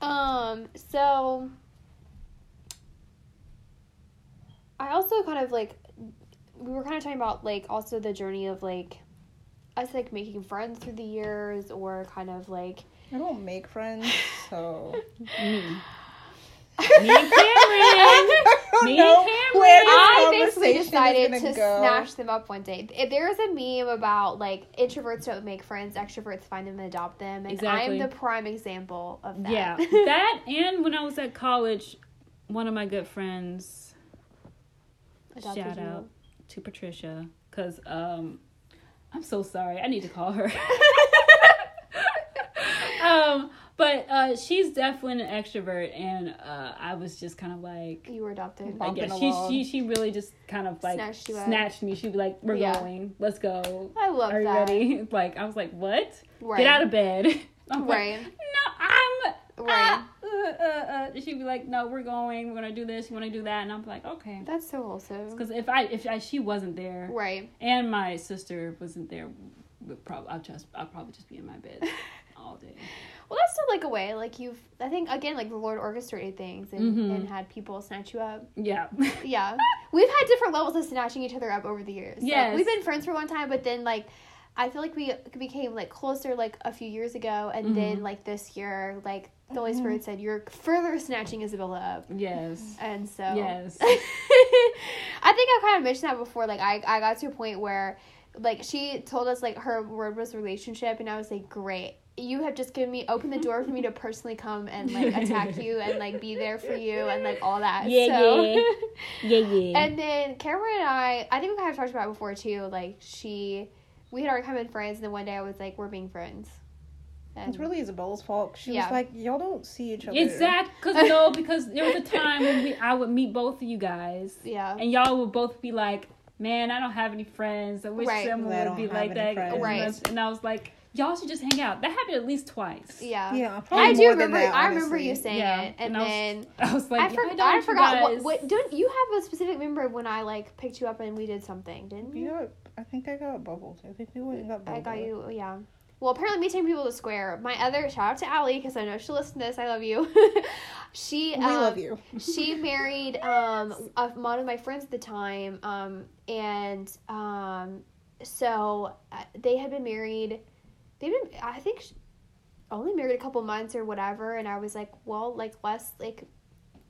Um, so I also kind of like we were kind of talking about like also the journey of like us like making friends through the years or kind of like
I don't make friends, so
Me and Cameron.
don't
Me,
know
Cameron?
where this
I basically
conversation is
decided
gonna
to
go.
snatch them up one day. If there is a meme about like introverts don't make friends, extroverts find them and adopt them, and
Exactly.
I'm the prime example of that.
Yeah, that and when I was at college, one of my good friends,
Adopted
shout
you.
out to Patricia, because um, I'm so sorry. I need to call her. um, but uh, she's definitely an extrovert, and uh, I was just kind of like,
You were adopted.
Like,
I
bumping
guess she,
along.
she she really just kind of like
Snatched
snatched,
you up.
me. She'd be like, "We're
Yeah.
going, let's go.
I love
Are you
that.
ready?" Like I was like, "What?
Right.
Get out of bed." I'm like,
Right.
no, I'm
Right.
ah, uh, uh, uh. She'd be like, "No, we're going. We're gonna do this. You want to do that?" And I'm like, "Okay."
That's so wholesome.
Because if I if I, she wasn't there
Right.
and my sister wasn't there, would probably I'd just I'd probably just be in my bed all day.
Well, that's still like a way. Like you've, I think again, like the Lord orchestrated things and,
Mhm.
and had people snatch you up.
Yeah.
Yeah, we've had different levels of snatching each other up over the years. Like,
Yes.
we've been friends for a long time, but then like, I feel like we became like closer like a few years ago, and then
Mm-hmm.
like this year, like the Holy Spirit said, you're further snatching Isabella up.
yes.
And so,
Yes.
I think I kind of mentioned that before. Like, I, I got to a point where, like, she told us, like, her word was relationship, and I was like, great. You have just given me, open the door for me to personally come and, like, attack you and, like, be there for you and, like, all that.
Yeah,
so,
Yeah. Yeah.
and then Cameron and I, I think we kind of talked about it before, too. Like, she, we had already come in friends, and then one day I was like, we're being friends. And
It's really Isabella's fault. She
Yeah.
was like, y'all don't see each other.
Exact, because no, because there was a time when we, I would meet both of you guys,
Yeah.
and y'all would both be like, "Man, I don't have any friends. I wish
Right.
someone
I
would
don't
be
have
like
any
that."
friends.
Right.
And I was like, "Y'all should just hang out." That happened at least twice.
yeah.
Yeah, probably
I do
more than
remember.
that,
I remember
honestly.
you saying
Yeah,
it, and,
and I was-
then
I was like,
I,
"Why
for-
don't
I
you
forgot. What,
guys-"
what don't you have a specific memory of when I like picked you up and we did something, didn't you?
Yeah, I think I got bubbled. I think we went and got
I
bubbled.
got you. Yeah. Well, apparently, me taking people to the square. My other shout out to Allie because I know she'll listen to this. I love you. she.
We
um,
love you.
she married um a, one of my friends at the time um and um so uh, they had been married they've been i think sh only married a couple months or whatever and i was like well like let's like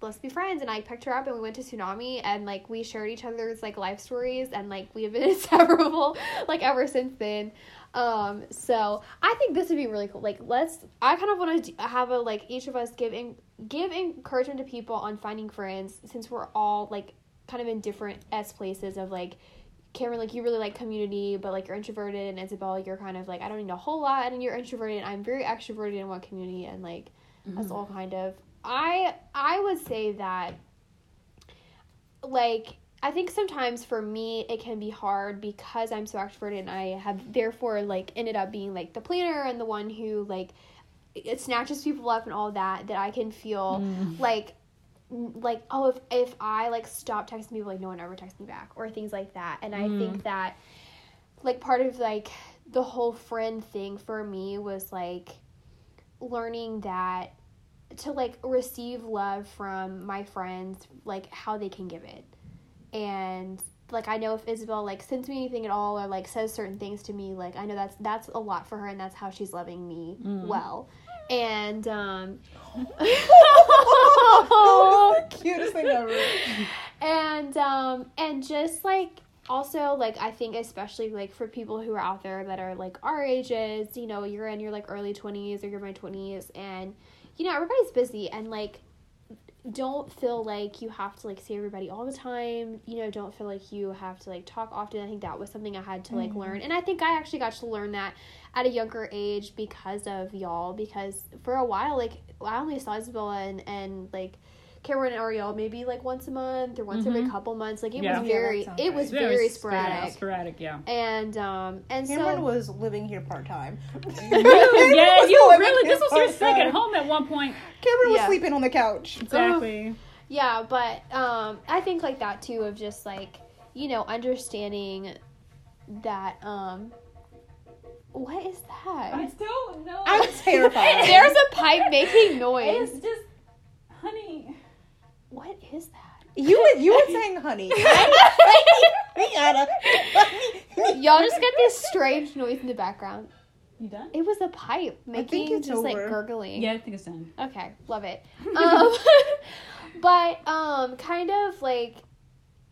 let's be friends and i picked her up and we went to tsunami and like we shared each other's like life stories and like we have been inseparable like ever since then um so i think this would be really cool like let's i kind of want to have a like each of us give in give encouragement to people on finding friends since we're all like kind of in different s places of like Cameron, like you really like community, but like you're introverted, and Isabel, you're kind of like I don't need a whole lot, and you're introverted. And I'm very extroverted in one community, and like us all kind of. I I would say that like I think sometimes for me it can be hard because I'm so extroverted and I have therefore like ended up being like the planner and the one who like it snatches people up and all that that I can feel like n- like oh if if I like stop texting people like no one ever texts me back or things like that and I think that like part of like the whole friend thing for me was like learning that to like receive love from my friends like how they can give it and like i know if isabel like sends me anything at all or like says certain things to me like i know that's that's a lot for her and that's how she's loving me well and um
That was the cutest thing ever.
and um and just like also like i think especially like for people who are out there that are like our ages you know you're in your like early 20s or you're in my 20s and you know everybody's busy and like don't feel like you have to like see everybody all the time you know don't feel like you have to like talk often i think that was something i had to like learn and i think i actually got to learn that at a younger age because of y'all because for a while like i only saw isabella and, and like Cameron and Ariel maybe like once a month or once every couple months. Like it
Yeah.
was
Yeah, that
very
sounds
it
right.
was
Very
very
sp-
sporadic.
sporadic, yeah.
And um and
Cameron
so
was living here part time.
yeah,
was
you
living
really.
here
This was your
part-time.
second home at one point.
Cameron was
Yeah. Oh.
sleeping on the couch.
Exactly.
yeah, but um I think like that too of just like, you know, understanding that um what is
I
that?
still know.
I'm terrified.
There's a pipe making noise.
it's just, honey.
What is that?
You were, you were saying, honey. We gotta.
Y'all just got this strange noise in the background.
You done?
It was a pipe making
it's
just like
over.
gurgling.
Yeah, I think it's done.
Okay, love it. Um, But um kind of like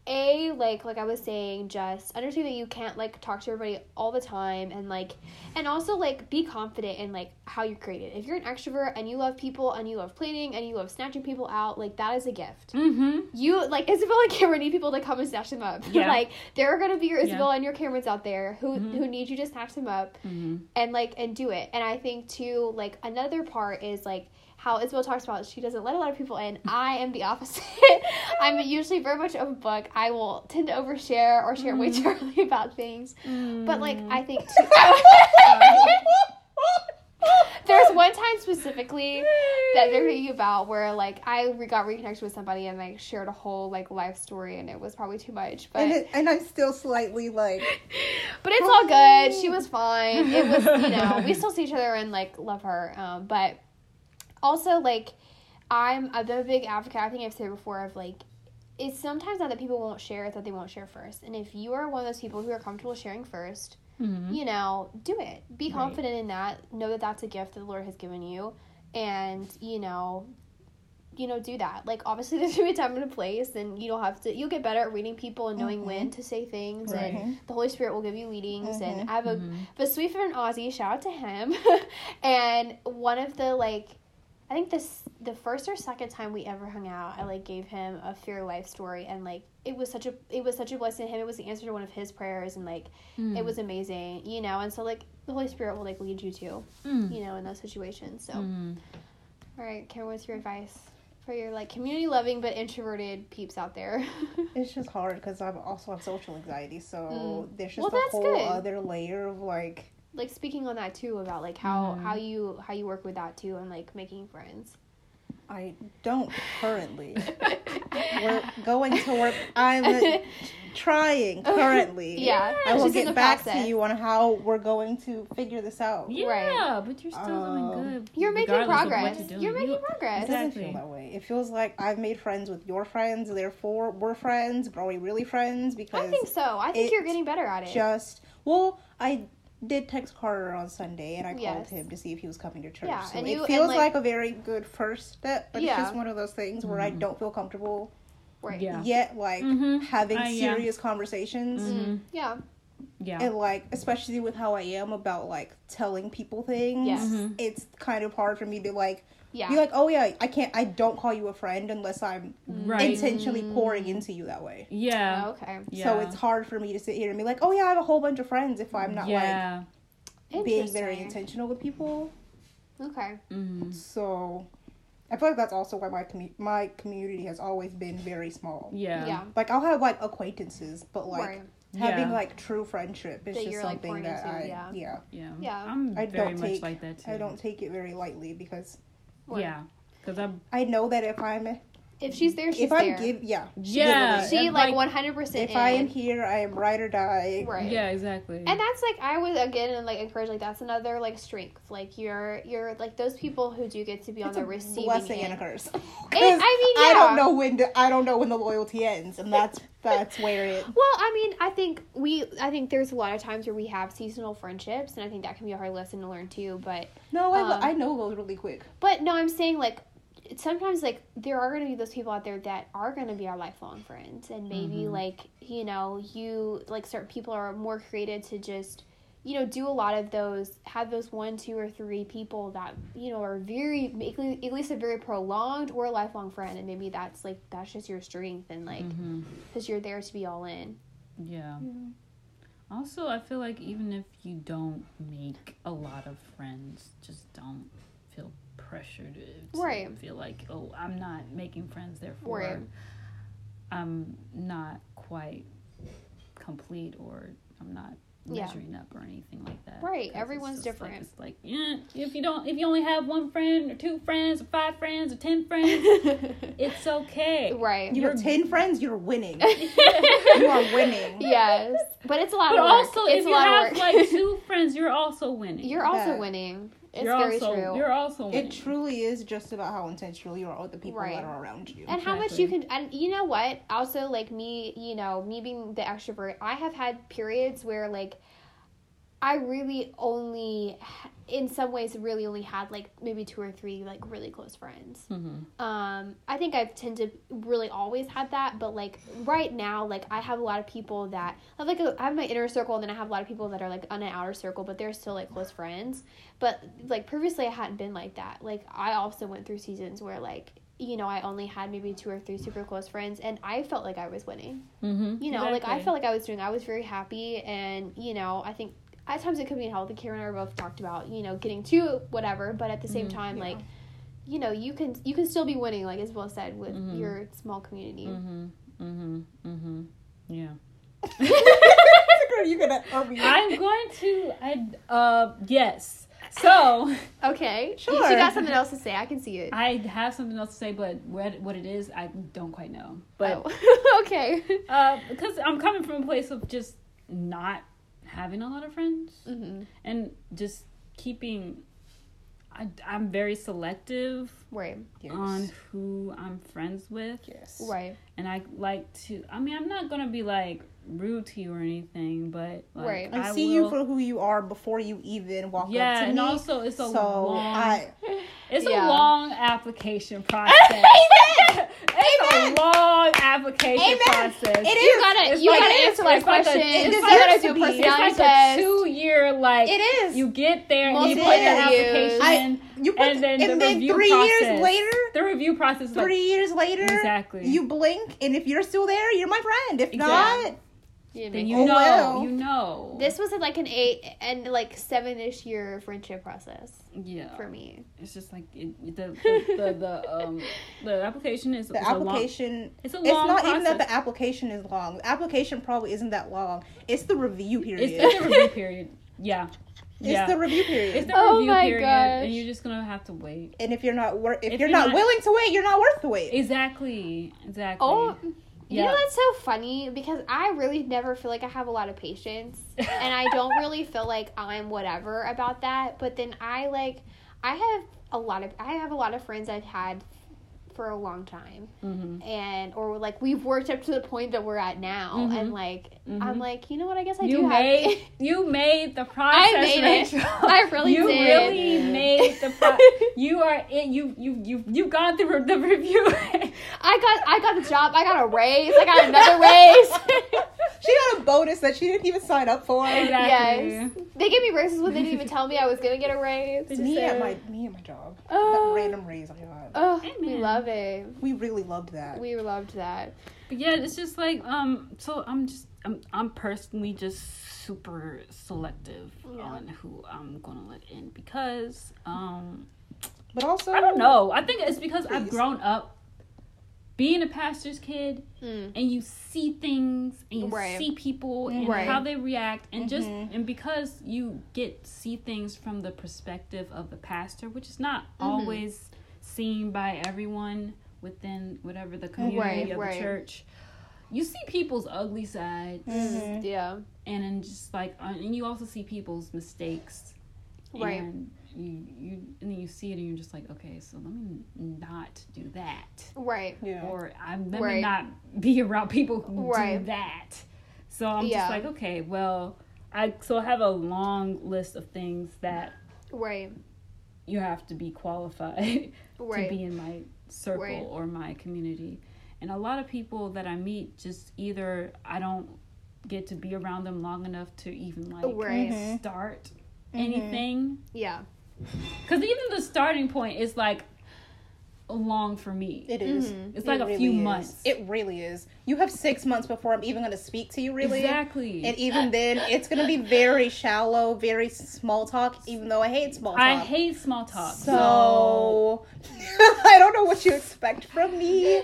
a like like I was saying just understand that you can't like talk to everybody all the time and like and also like be confident in like how you're created. If you're an extrovert and you love people and you love planning and you love snatching people out, like that is a gift.
Mm-hmm.
You like Isabel and Cameron need people to come and snatch them up.
Yeah.
like there are gonna be your Isabel and your Camerons out there who
Mhm.
who need you to snatch them up
Mm-hmm.
and like and do it. And I think too, like another part is like how Isabel talks about she doesn't let a lot of people in. I am the opposite. I'm usually very much of a book. I will tend to overshare or share way too early about things. But like I think too There's one time specifically that they're thinking about where like I re- got reconnected with somebody and like shared a whole like life story and it was probably too much. But
And, it, and I'm still slightly like,
but it's all good. She was fine. It was, you know, we still see each other and like love her. Um, but also like I'm I'm a big advocate. I think I've said before of like it's sometimes not that people won't share, it's that they won't share first. And if you are one of those people who are comfortable sharing first,
Mm-hmm.
you know, do it. Be
Right.
confident in that. Know that that's a gift that the Lord has given you, and you know, you know, do that. Like obviously, there's gonna be a time and a place, and you don't have to. You'll get better at reading people and knowing
Mm-hmm.
when to say things, and
Right.
the Holy Spirit will give you leadings.
Mhm.
And I have a
Mhm.
but sweet friend Ozzy. Shout out to him. and one of the like. I think this the first or second time we ever hung out, I like gave him a fear life story and like it was such a it was such a blessing to him. It was the answer to one of his prayers and like
Mm.
it was amazing, you know. And so like the Holy Spirit will like lead you to,
Mm.
you know, in those situations. So,
Mm.
all right, Karen, what's your advice for your like community loving but introverted peeps out there?
it's just hard because I'm also have social anxiety, so
Mm.
there's
Well,
just a
that's
whole
good.
other layer of like,
like speaking on that too about like how
Mhm.
how you how you work with that too and like making friends.
I don't currently. We're going to work. I'm trying currently.
Yeah,
I will
she's in the
get back
process.
to you on how we're going to figure this out.
Yeah,
Right.
but you're still
Um,
doing good.
You're making
regardless of what
progress.
doing.
You're making
You-
progress.
It doesn't
Exactly.
feel that way. It feels like I've made friends with your friends, therefore we're friends, but are we really friends? Because
I think so. I think you're
It
getting better at it.
just well, I did text Carter on Sunday and I
Yes.
called him to see if he was coming to church.
Yeah,
so
and
it
you- and,
feels
like-
like, a very good first step, but
Yeah.
it's just one of those things where I don't feel comfortable
right.
Mm-hmm. Yeah.
yet like
Mhm.
having
I- yeah. Mm-hmm.
serious conversations.
Mm, yeah.
Yeah.
And like, especially with how I am about like telling people things,
Yes.
Mhm.
it's kind of hard for me to like
Yeah.
be like, oh yeah, I can't, I don't call you a friend unless I'm
right.
intentionally pouring
Mm.
into you that way.
yeah.
Oh, okay.
yeah.
So it's hard for me to sit here and be like, oh yeah, I have a whole bunch of friends if I'm not
yeah.
like being very
Interesting. Mm-hmm.
intentional with people.
Okay.
Mhm.
So I feel like that's also why my commu- my community has always been very small.
Yeah.
Yeah.
Like I'll have like acquaintances, but like
right.
having
Yeah.
like true friendship is
That
just
you're, like,
something
pouring
that
into,
I
yeah. Mm-hmm.
yeah.
Yeah.
Yeah.
I'm
I
very
don't
much
take-
like that too.
I don't take it very lightly because
Word.
Yeah. Because I'm.
I know that if I'm
If she's there, she's
if I'm
there.
give yeah
Yeah.
she
and,
like one hundred percent.
if I am here I am ride or die
Right.
Yeah. Exactly.
and that's like i would again and like encourage like that's another like strength like you're you're like those people who do get to be on
it's
the
a
receiving
blessing
end
and a curse.
It- I mean,
I
yeah.
don't know when to, I don't know when the loyalty ends, and that's that's where it.
well i mean i think we i think there's a lot of times where we have seasonal friendships and i think that can be a hard lesson to learn too but
No, I
Um,
I know those really quick.
but no i'm saying like sometimes like there are going to be those people out there that are going to be our lifelong friends and maybe like you know you like certain people are more created to just you know do a lot of those have those one two or three people that you know are very at least a very prolonged or a lifelong friend and maybe that's like that's just your strength and like
Mhm.
because you're there to be all in
Yeah. Also, I feel like even if you don't make a lot of friends, just don't feel pressure to, to
Right.
feel like, oh, I'm not making friends, therefore
Right.
I'm not quite complete or I'm not
Yeah.
measuring up or anything like that.
Right,
'Cause it's
everyone's
just like-
different.
it's like, yeah, if you don't, if you only have one friend or two friends or five friends or ten friends, it's okay.
right
You have ten friends, you're winning. you are winning.
yes but it's a lot
But
of work
also,
it's
if
a
you
lot of
have
work.
like two friends, you're also winning.
you're also
Yeah.
winning it's
you're
very
also,
true
You're also winning.
It truly is just about how intentional you are with the people
Right.
that are around you.
and how much you
Exactly.
can and you know what also like me you know me being the extrovert i have had periods where like I really only, in some ways, really only had like maybe two or three like really close friends. Um, I think I've tended to really always had that, but like right now, like I have a lot of people that I have like a, I have my inner circle, and then I have a lot of people that are like on an outer circle, but they're still like close friends. But like previously, I hadn't been like that. Like I also went through seasons where like you know I only had maybe two or three super close friends, and I felt like I was winning
Mm-hmm.
you know like i
Exactly.
felt like i was doing i was very happy and you know i think at times it could be unhealthy karen and i both talked about you know getting to whatever but at the same time
yeah.
like you know you can you can still be winning like as well said with
Mhm.
your small community
Mm-hmm. Mm-hmm. Mm-hmm. Yeah.
You're gonna are we-
I'm going to. I, uh, yes. So
okay she
Sure.
got something else to say i can see it
I have something else to say, but what what it is, I don't quite know. But
Oh. okay
uh, because I'm coming from a place of just not having a lot of friends
hmm
and just keeping. I, I'm very selective
right
Yes.
on who I'm friends with,
Yes.
right
and I like to. I mean, I'm not gonna be like rude to you or anything, but like,
Right.
I,
I
see you
will-
for who you are before you even walk up
Yeah,
to
and
me.
also it's a
so
long.
I
It's
Yeah.
a long application process. It's a long application
Amen.
process.
It
you
is.
gotta
It's
you
like-
gotta
it's
answer
like
my
like a-
question
it
you
deserves
gotta do
to
a
be. It's
personality
It's like
test
a two year like
It is.
you get there and you
Multiple
put your
interviews.
application.
I- you put
and then
the,
the
and then
review
three years
process.
later,
the review process is like
three years later,
exactly.
you blink, and if you're still there, you're my friend. If not,
You
then
make
you
Oh,
know
well.
you know
this was like an eight and like seven ish year friendship process
yeah
for me
it's just like it, the, the, the the um the application is
the
is
application.
a long, it's a long
it's not
process.
even that the application is long. The application probably isn't that long. It's the review period.
it's, it's the review period yeah yeah
the review period.
It's the
Oh
review
my
period,
gosh.
and you're just gonna have to wait.
and if you're not wor- if,
If
you're,
you're
not,
not-
willing to wait, you're not worth the wait.
Exactly, exactly.
oh You
Yeah.
know that's so funny because I really never feel like I have a lot of patience and I don't really feel like I'm whatever about that. But then I like I have a lot of I have a lot of friends I've had for a long time
hmm
and or like we've worked up to the point that we're at now
Mhm.
and like
Mhm.
I'm like, you know what, I guess I
You
do
made
have
you made the process,
made it.
Rachel.
I really
you
did.
really made the pro- you are it. You you you you got the re- the review.
I got I got the job, I got a raise, I got another raise.
She got a bonus that she didn't even sign up for.
Exactly.
yes. They gave me raises when they didn't even tell me I was gonna get a raise.
Me
So-
at my me at my job.
Oh.
that
Uh,
random raise I got.
Oh, we
Amen.
love it.
We really loved that.
We loved that.
But yeah, it's just like um. So I'm just I'm I'm personally just super selective
Yeah.
on who I'm gonna let in because um
but also
I don't know. I think it's because I've
Please.
grown up being a pastor's kid
Mm.
and you see things and you
Right.
see people and
Right. Mm-hmm.
how they react and just
Mhm.
and because you get see things from the perspective of the pastor, which is not
Mm-hmm.
always seen by everyone within whatever the community
Right,
of
right. Mm-hmm.
the church. You see people's ugly sides Mm-hmm.
Mhm.
Yeah.
and then just like uh, and you also see people's mistakes
Right.
and you you and then you see it and you're just like okay so let me not do that
Right.
Yeah.
or i'm let
Right.
me not be around people who
Right.
do that so i'm
Yeah.
just like okay well i so i have a long list of things that
Right.
you have to be qualified
Right.
to be in my circle
Right.
or my community. And a lot of people that I meet just either I don't get to be around them long enough to even like
Right.
Mhm.
start
Mhm.
anything.
yeah.
Cuz even the starting point is like long for me.
It is.
Mhm.
Mm-hmm.
It
it's like a
really
few
is.
months.
It really is. You have six months before I'm even going to speak to you, really.
Exactly.
And even then, it's going to be very shallow, very small talk, even though I hate small talk.
I hate small talk.
So, I don't know what you expect from me,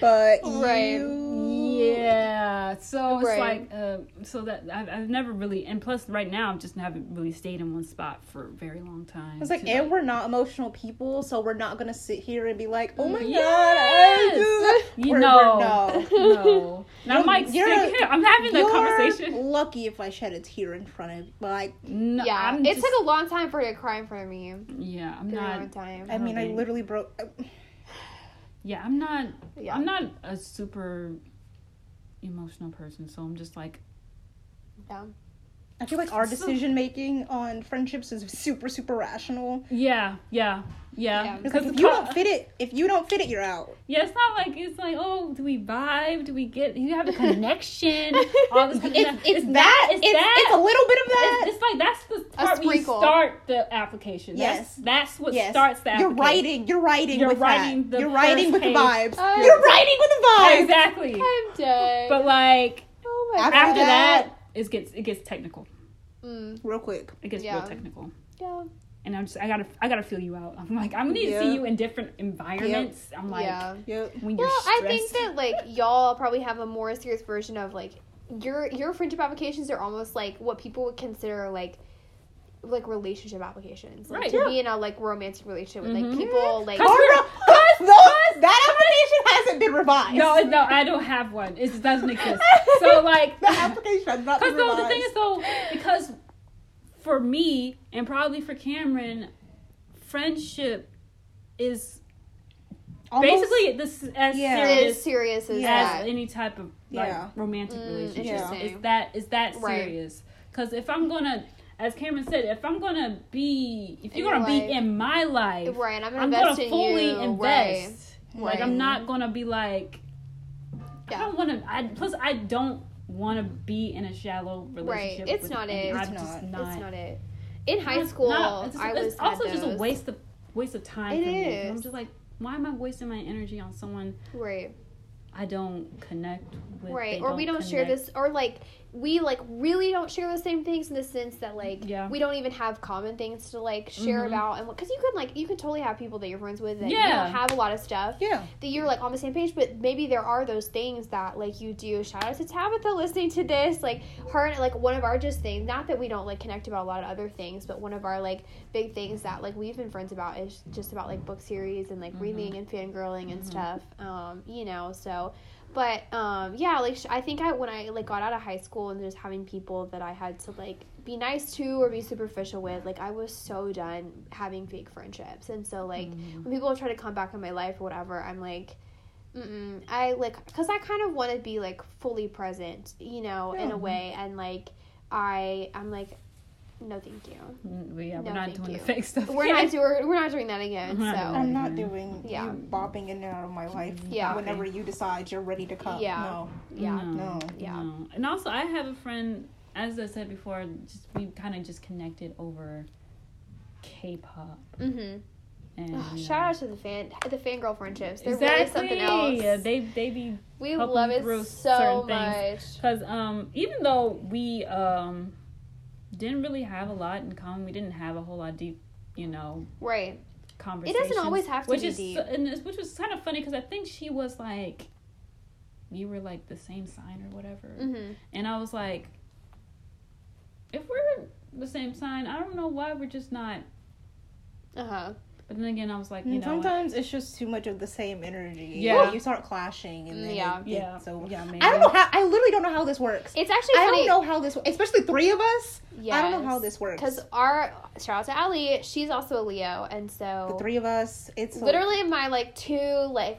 but
Right.
you.
Yeah.
Right.
So it's like, uh, so that I've, I've never really, and plus right now I've just haven't really stayed in one spot for a very long time.
It's like,
To,
and we're not emotional people, so we're not gonna sit here and be like, "Oh my
Yes!
god, I do that."
you
We're-
know,
we're- no.
no. And I'm like,
You're-
sitting here, I'm having the
You're
conversation.
lucky if I shed a tear in front of like.
No,
yeah.
I'm
it
just,
took a long time for her to cry in front of me.
yeah, I'm
Very
not.
long time.
I mean, I
Okay.
literally broke.
Yeah, I'm not.
Yeah.
I'm not a super emotional person, so I'm just like,
Yeah.
I feel like our decision making on friendships is super, super rational.
Yeah, yeah,
Yeah.
yeah.
It's like
Because
if you don't fit it, if you don't fit it, you're out.
yeah, it's not like it's like oh, do we vibe? Do we get? You have a connection. all this kind of stuff.
it's
that. It's
It's,
that.
it's a little bit of that.
It's, it's like that's the part where you
sprinkle.
start the application.
Yes.
That's, that's what
Yes.
starts the
You're
application.
writing. You're writing
You're
with
writing
that.
the
you're writing
first
with the
page. Oh.
vibes.
Uh,
you're writing with the vibes.
Exactly.
I'm done.
But like
oh my
After
god.
after that, it gets it gets technical.
Mm,
Real quick.
It gets
Yeah.
real technical.
yeah.
And I'm just I gotta I gotta feel you out. I'm like I'm gonna need to
Yeah.
see you in different environments. I'm like
yeah.
Yep.
when you're
Well, I
stressed.
think that like y'all probably have a more serious version of like your your friendship applications are almost like what people would consider like like relationship applications. Like,
Right.
To
Yeah.
be in a like romantic relationship with
Mhm.
like people like
Cause-
Or-
Cause-
no, that application hasn't been revised.
no, no, I don't have one. It just doesn't exist. so like,
the application has not
cause
been
the,
revised.
the thing is though, because for me and probably for Cameron, friendship is
Almost-
basically this as
Yeah.
it
serious
is serious as
Yeah.
as
that.
any type of like
Yeah.
romantic
Mm,
relationship.
interesting.
Is that is that
Right.
serious? Because if I'm gonna, as Cameron said, if I'm gonna be, if
In
you're gonna
your
be
life.
in my life,
Right, and I'm gonna
I'm
invest
gonna
in
fully
you. Right.
invest. Like
Right.
I'm not gonna be like, I
Yeah.
don't want to. I plus I don't want to be in a shallow relationship.
It's
with
not
anyone.
it.
I'm
It's
just
not.
not.
It's not it. In high
Not-
school,
not- it's just-
I
it's
was
also
had
just a
those.
waste of waste of time.
It
for me. I'm
is.
just like, why am I wasting my energy on someone
Right.
I don't connect with?
right
they
or we don't share
connect
this or like we like really don't share the same things in the sense that like
Yeah.
we don't even have common things to like share
Mhm.
about and because you can like you can totally have people that you're friends with that you
Yeah.
don't have a lot of stuff
yeah.
that you're like on the same page but maybe there are those things that like you do shout out to tabitha listening to this like her and like one of our just things not that we don't like connect about a lot of other things but one of our like big things that like we've been friends about is just about like book series and like reading and fangirling and stuff um you know so but um yeah like sh- i think i when i like got out of high school and just having people that i had to like be nice to or be superficial with like i was so done having fake friendships and so like when people try to come back in my life or whatever i'm like Mm-mm. I like because I kind of want to be like fully present, you know, in
Yeah.
a way, and like I, I'm like, no, thank you.
Mm, well, yeah,
No,
we're not
thank
doing
you.
the fake stuff.
We're not doing, we're not doing that again.
We're not
so
doing
I'm not
Mhm.
doing
Oh, Yeah.
you bopping in and out of my life.
Yeah.
Whenever you decide you're ready to come.
Yeah.
No.
yeah,
Mm-hmm. Mm.
No.
yeah.
no. And also, I have a friend. As I said before, just we kind of just connected over K-pop.
Mm-hmm.
And, you
shout
know.
out to the fan, the fangirl friendships. They're
exactly.
really something
Yeah,
else.
they they be
we
help
love
you
it
through
so
certain
much.
things. because um even though we um didn't really have a lot in common, we didn't have a whole lot of deep, you know,
Right.
conversations.
always have to
which
be
is,
deep.
And it's- which was kind of funny because I think she was like, we were like the same sign or whatever,
Mm-hmm.
and I was like, if we're the same sign, I don't know why we're just not.
Uh huh.
But then again, I was like,
And
you know, what?
Mm, sometimes it's just too much of the same energy.
Yeah.
You start clashing and then
Yeah.
it-
yeah,
it's over.
yeah, maybe.
I don't know how. I literally don't know how this works.
It's actually
I
funny.
don't know how this. Especially three of us. I don't know
Yes.
how this works.
Because our shout out to Allie, she's also a Leo, and so
the three of us. It's like-
oh, literally my like two like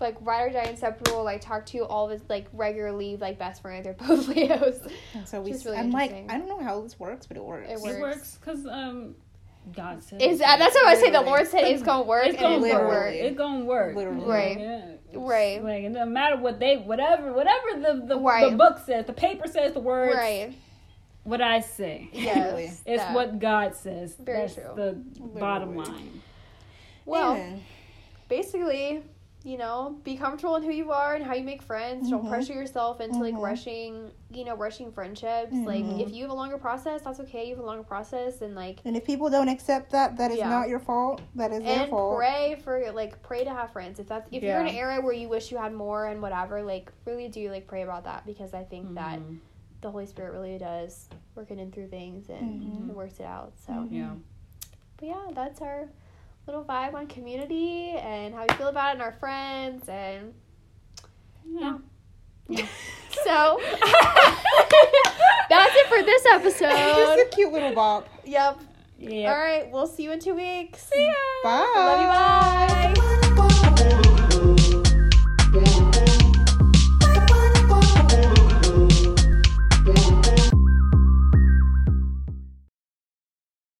like ride or die inseparable like talk to all of his like regularly like best friends they're both leos
And so we.
Which is really
I'm like,
interesting.
I don't know how this works, but it works.
It
it works because um, God said
is
it.
that that's what i say the
Literally.
lord said it's gonna work
It's
and
gonna
it's gonna
work.
work
Literally.
It's gonna work.
Literally.
Right.
Yeah.
Right.
Like, it doesn't matter what they, whatever, whatever the the,
Right.
the book says, the paper says, the words.
right
What I say.
Literally.
yes
It's
that.
what God says.
Very
That's
true.
the bottom
Literally.
line.
well
Yeah.
basically you know be comfortable in who you are and how you make friends don't
Mhm.
pressure yourself into like
Mhm.
rushing you know rushing friendships
Mhm.
like if you have a longer process that's okay you have a longer process and like
And if people don't accept that, that is
Yeah.
not your fault. That is their
and
fault.
pray for like pray to have friends if that's if you're in an
Yeah.
area where you wish you had more and whatever like really do like pray about that because i think that
Mhm.
the holy spirit really does working in through things and
Mhm.
it works it out so
Mhm.
Yeah.
but yeah that's our little vibe on community and how we feel about it and our friends and
Yeah.
so that's it for this episode
It's a cute little bop.
yep
Yeah.
all right we'll see you in two weeks see ya
Bye.
love you bye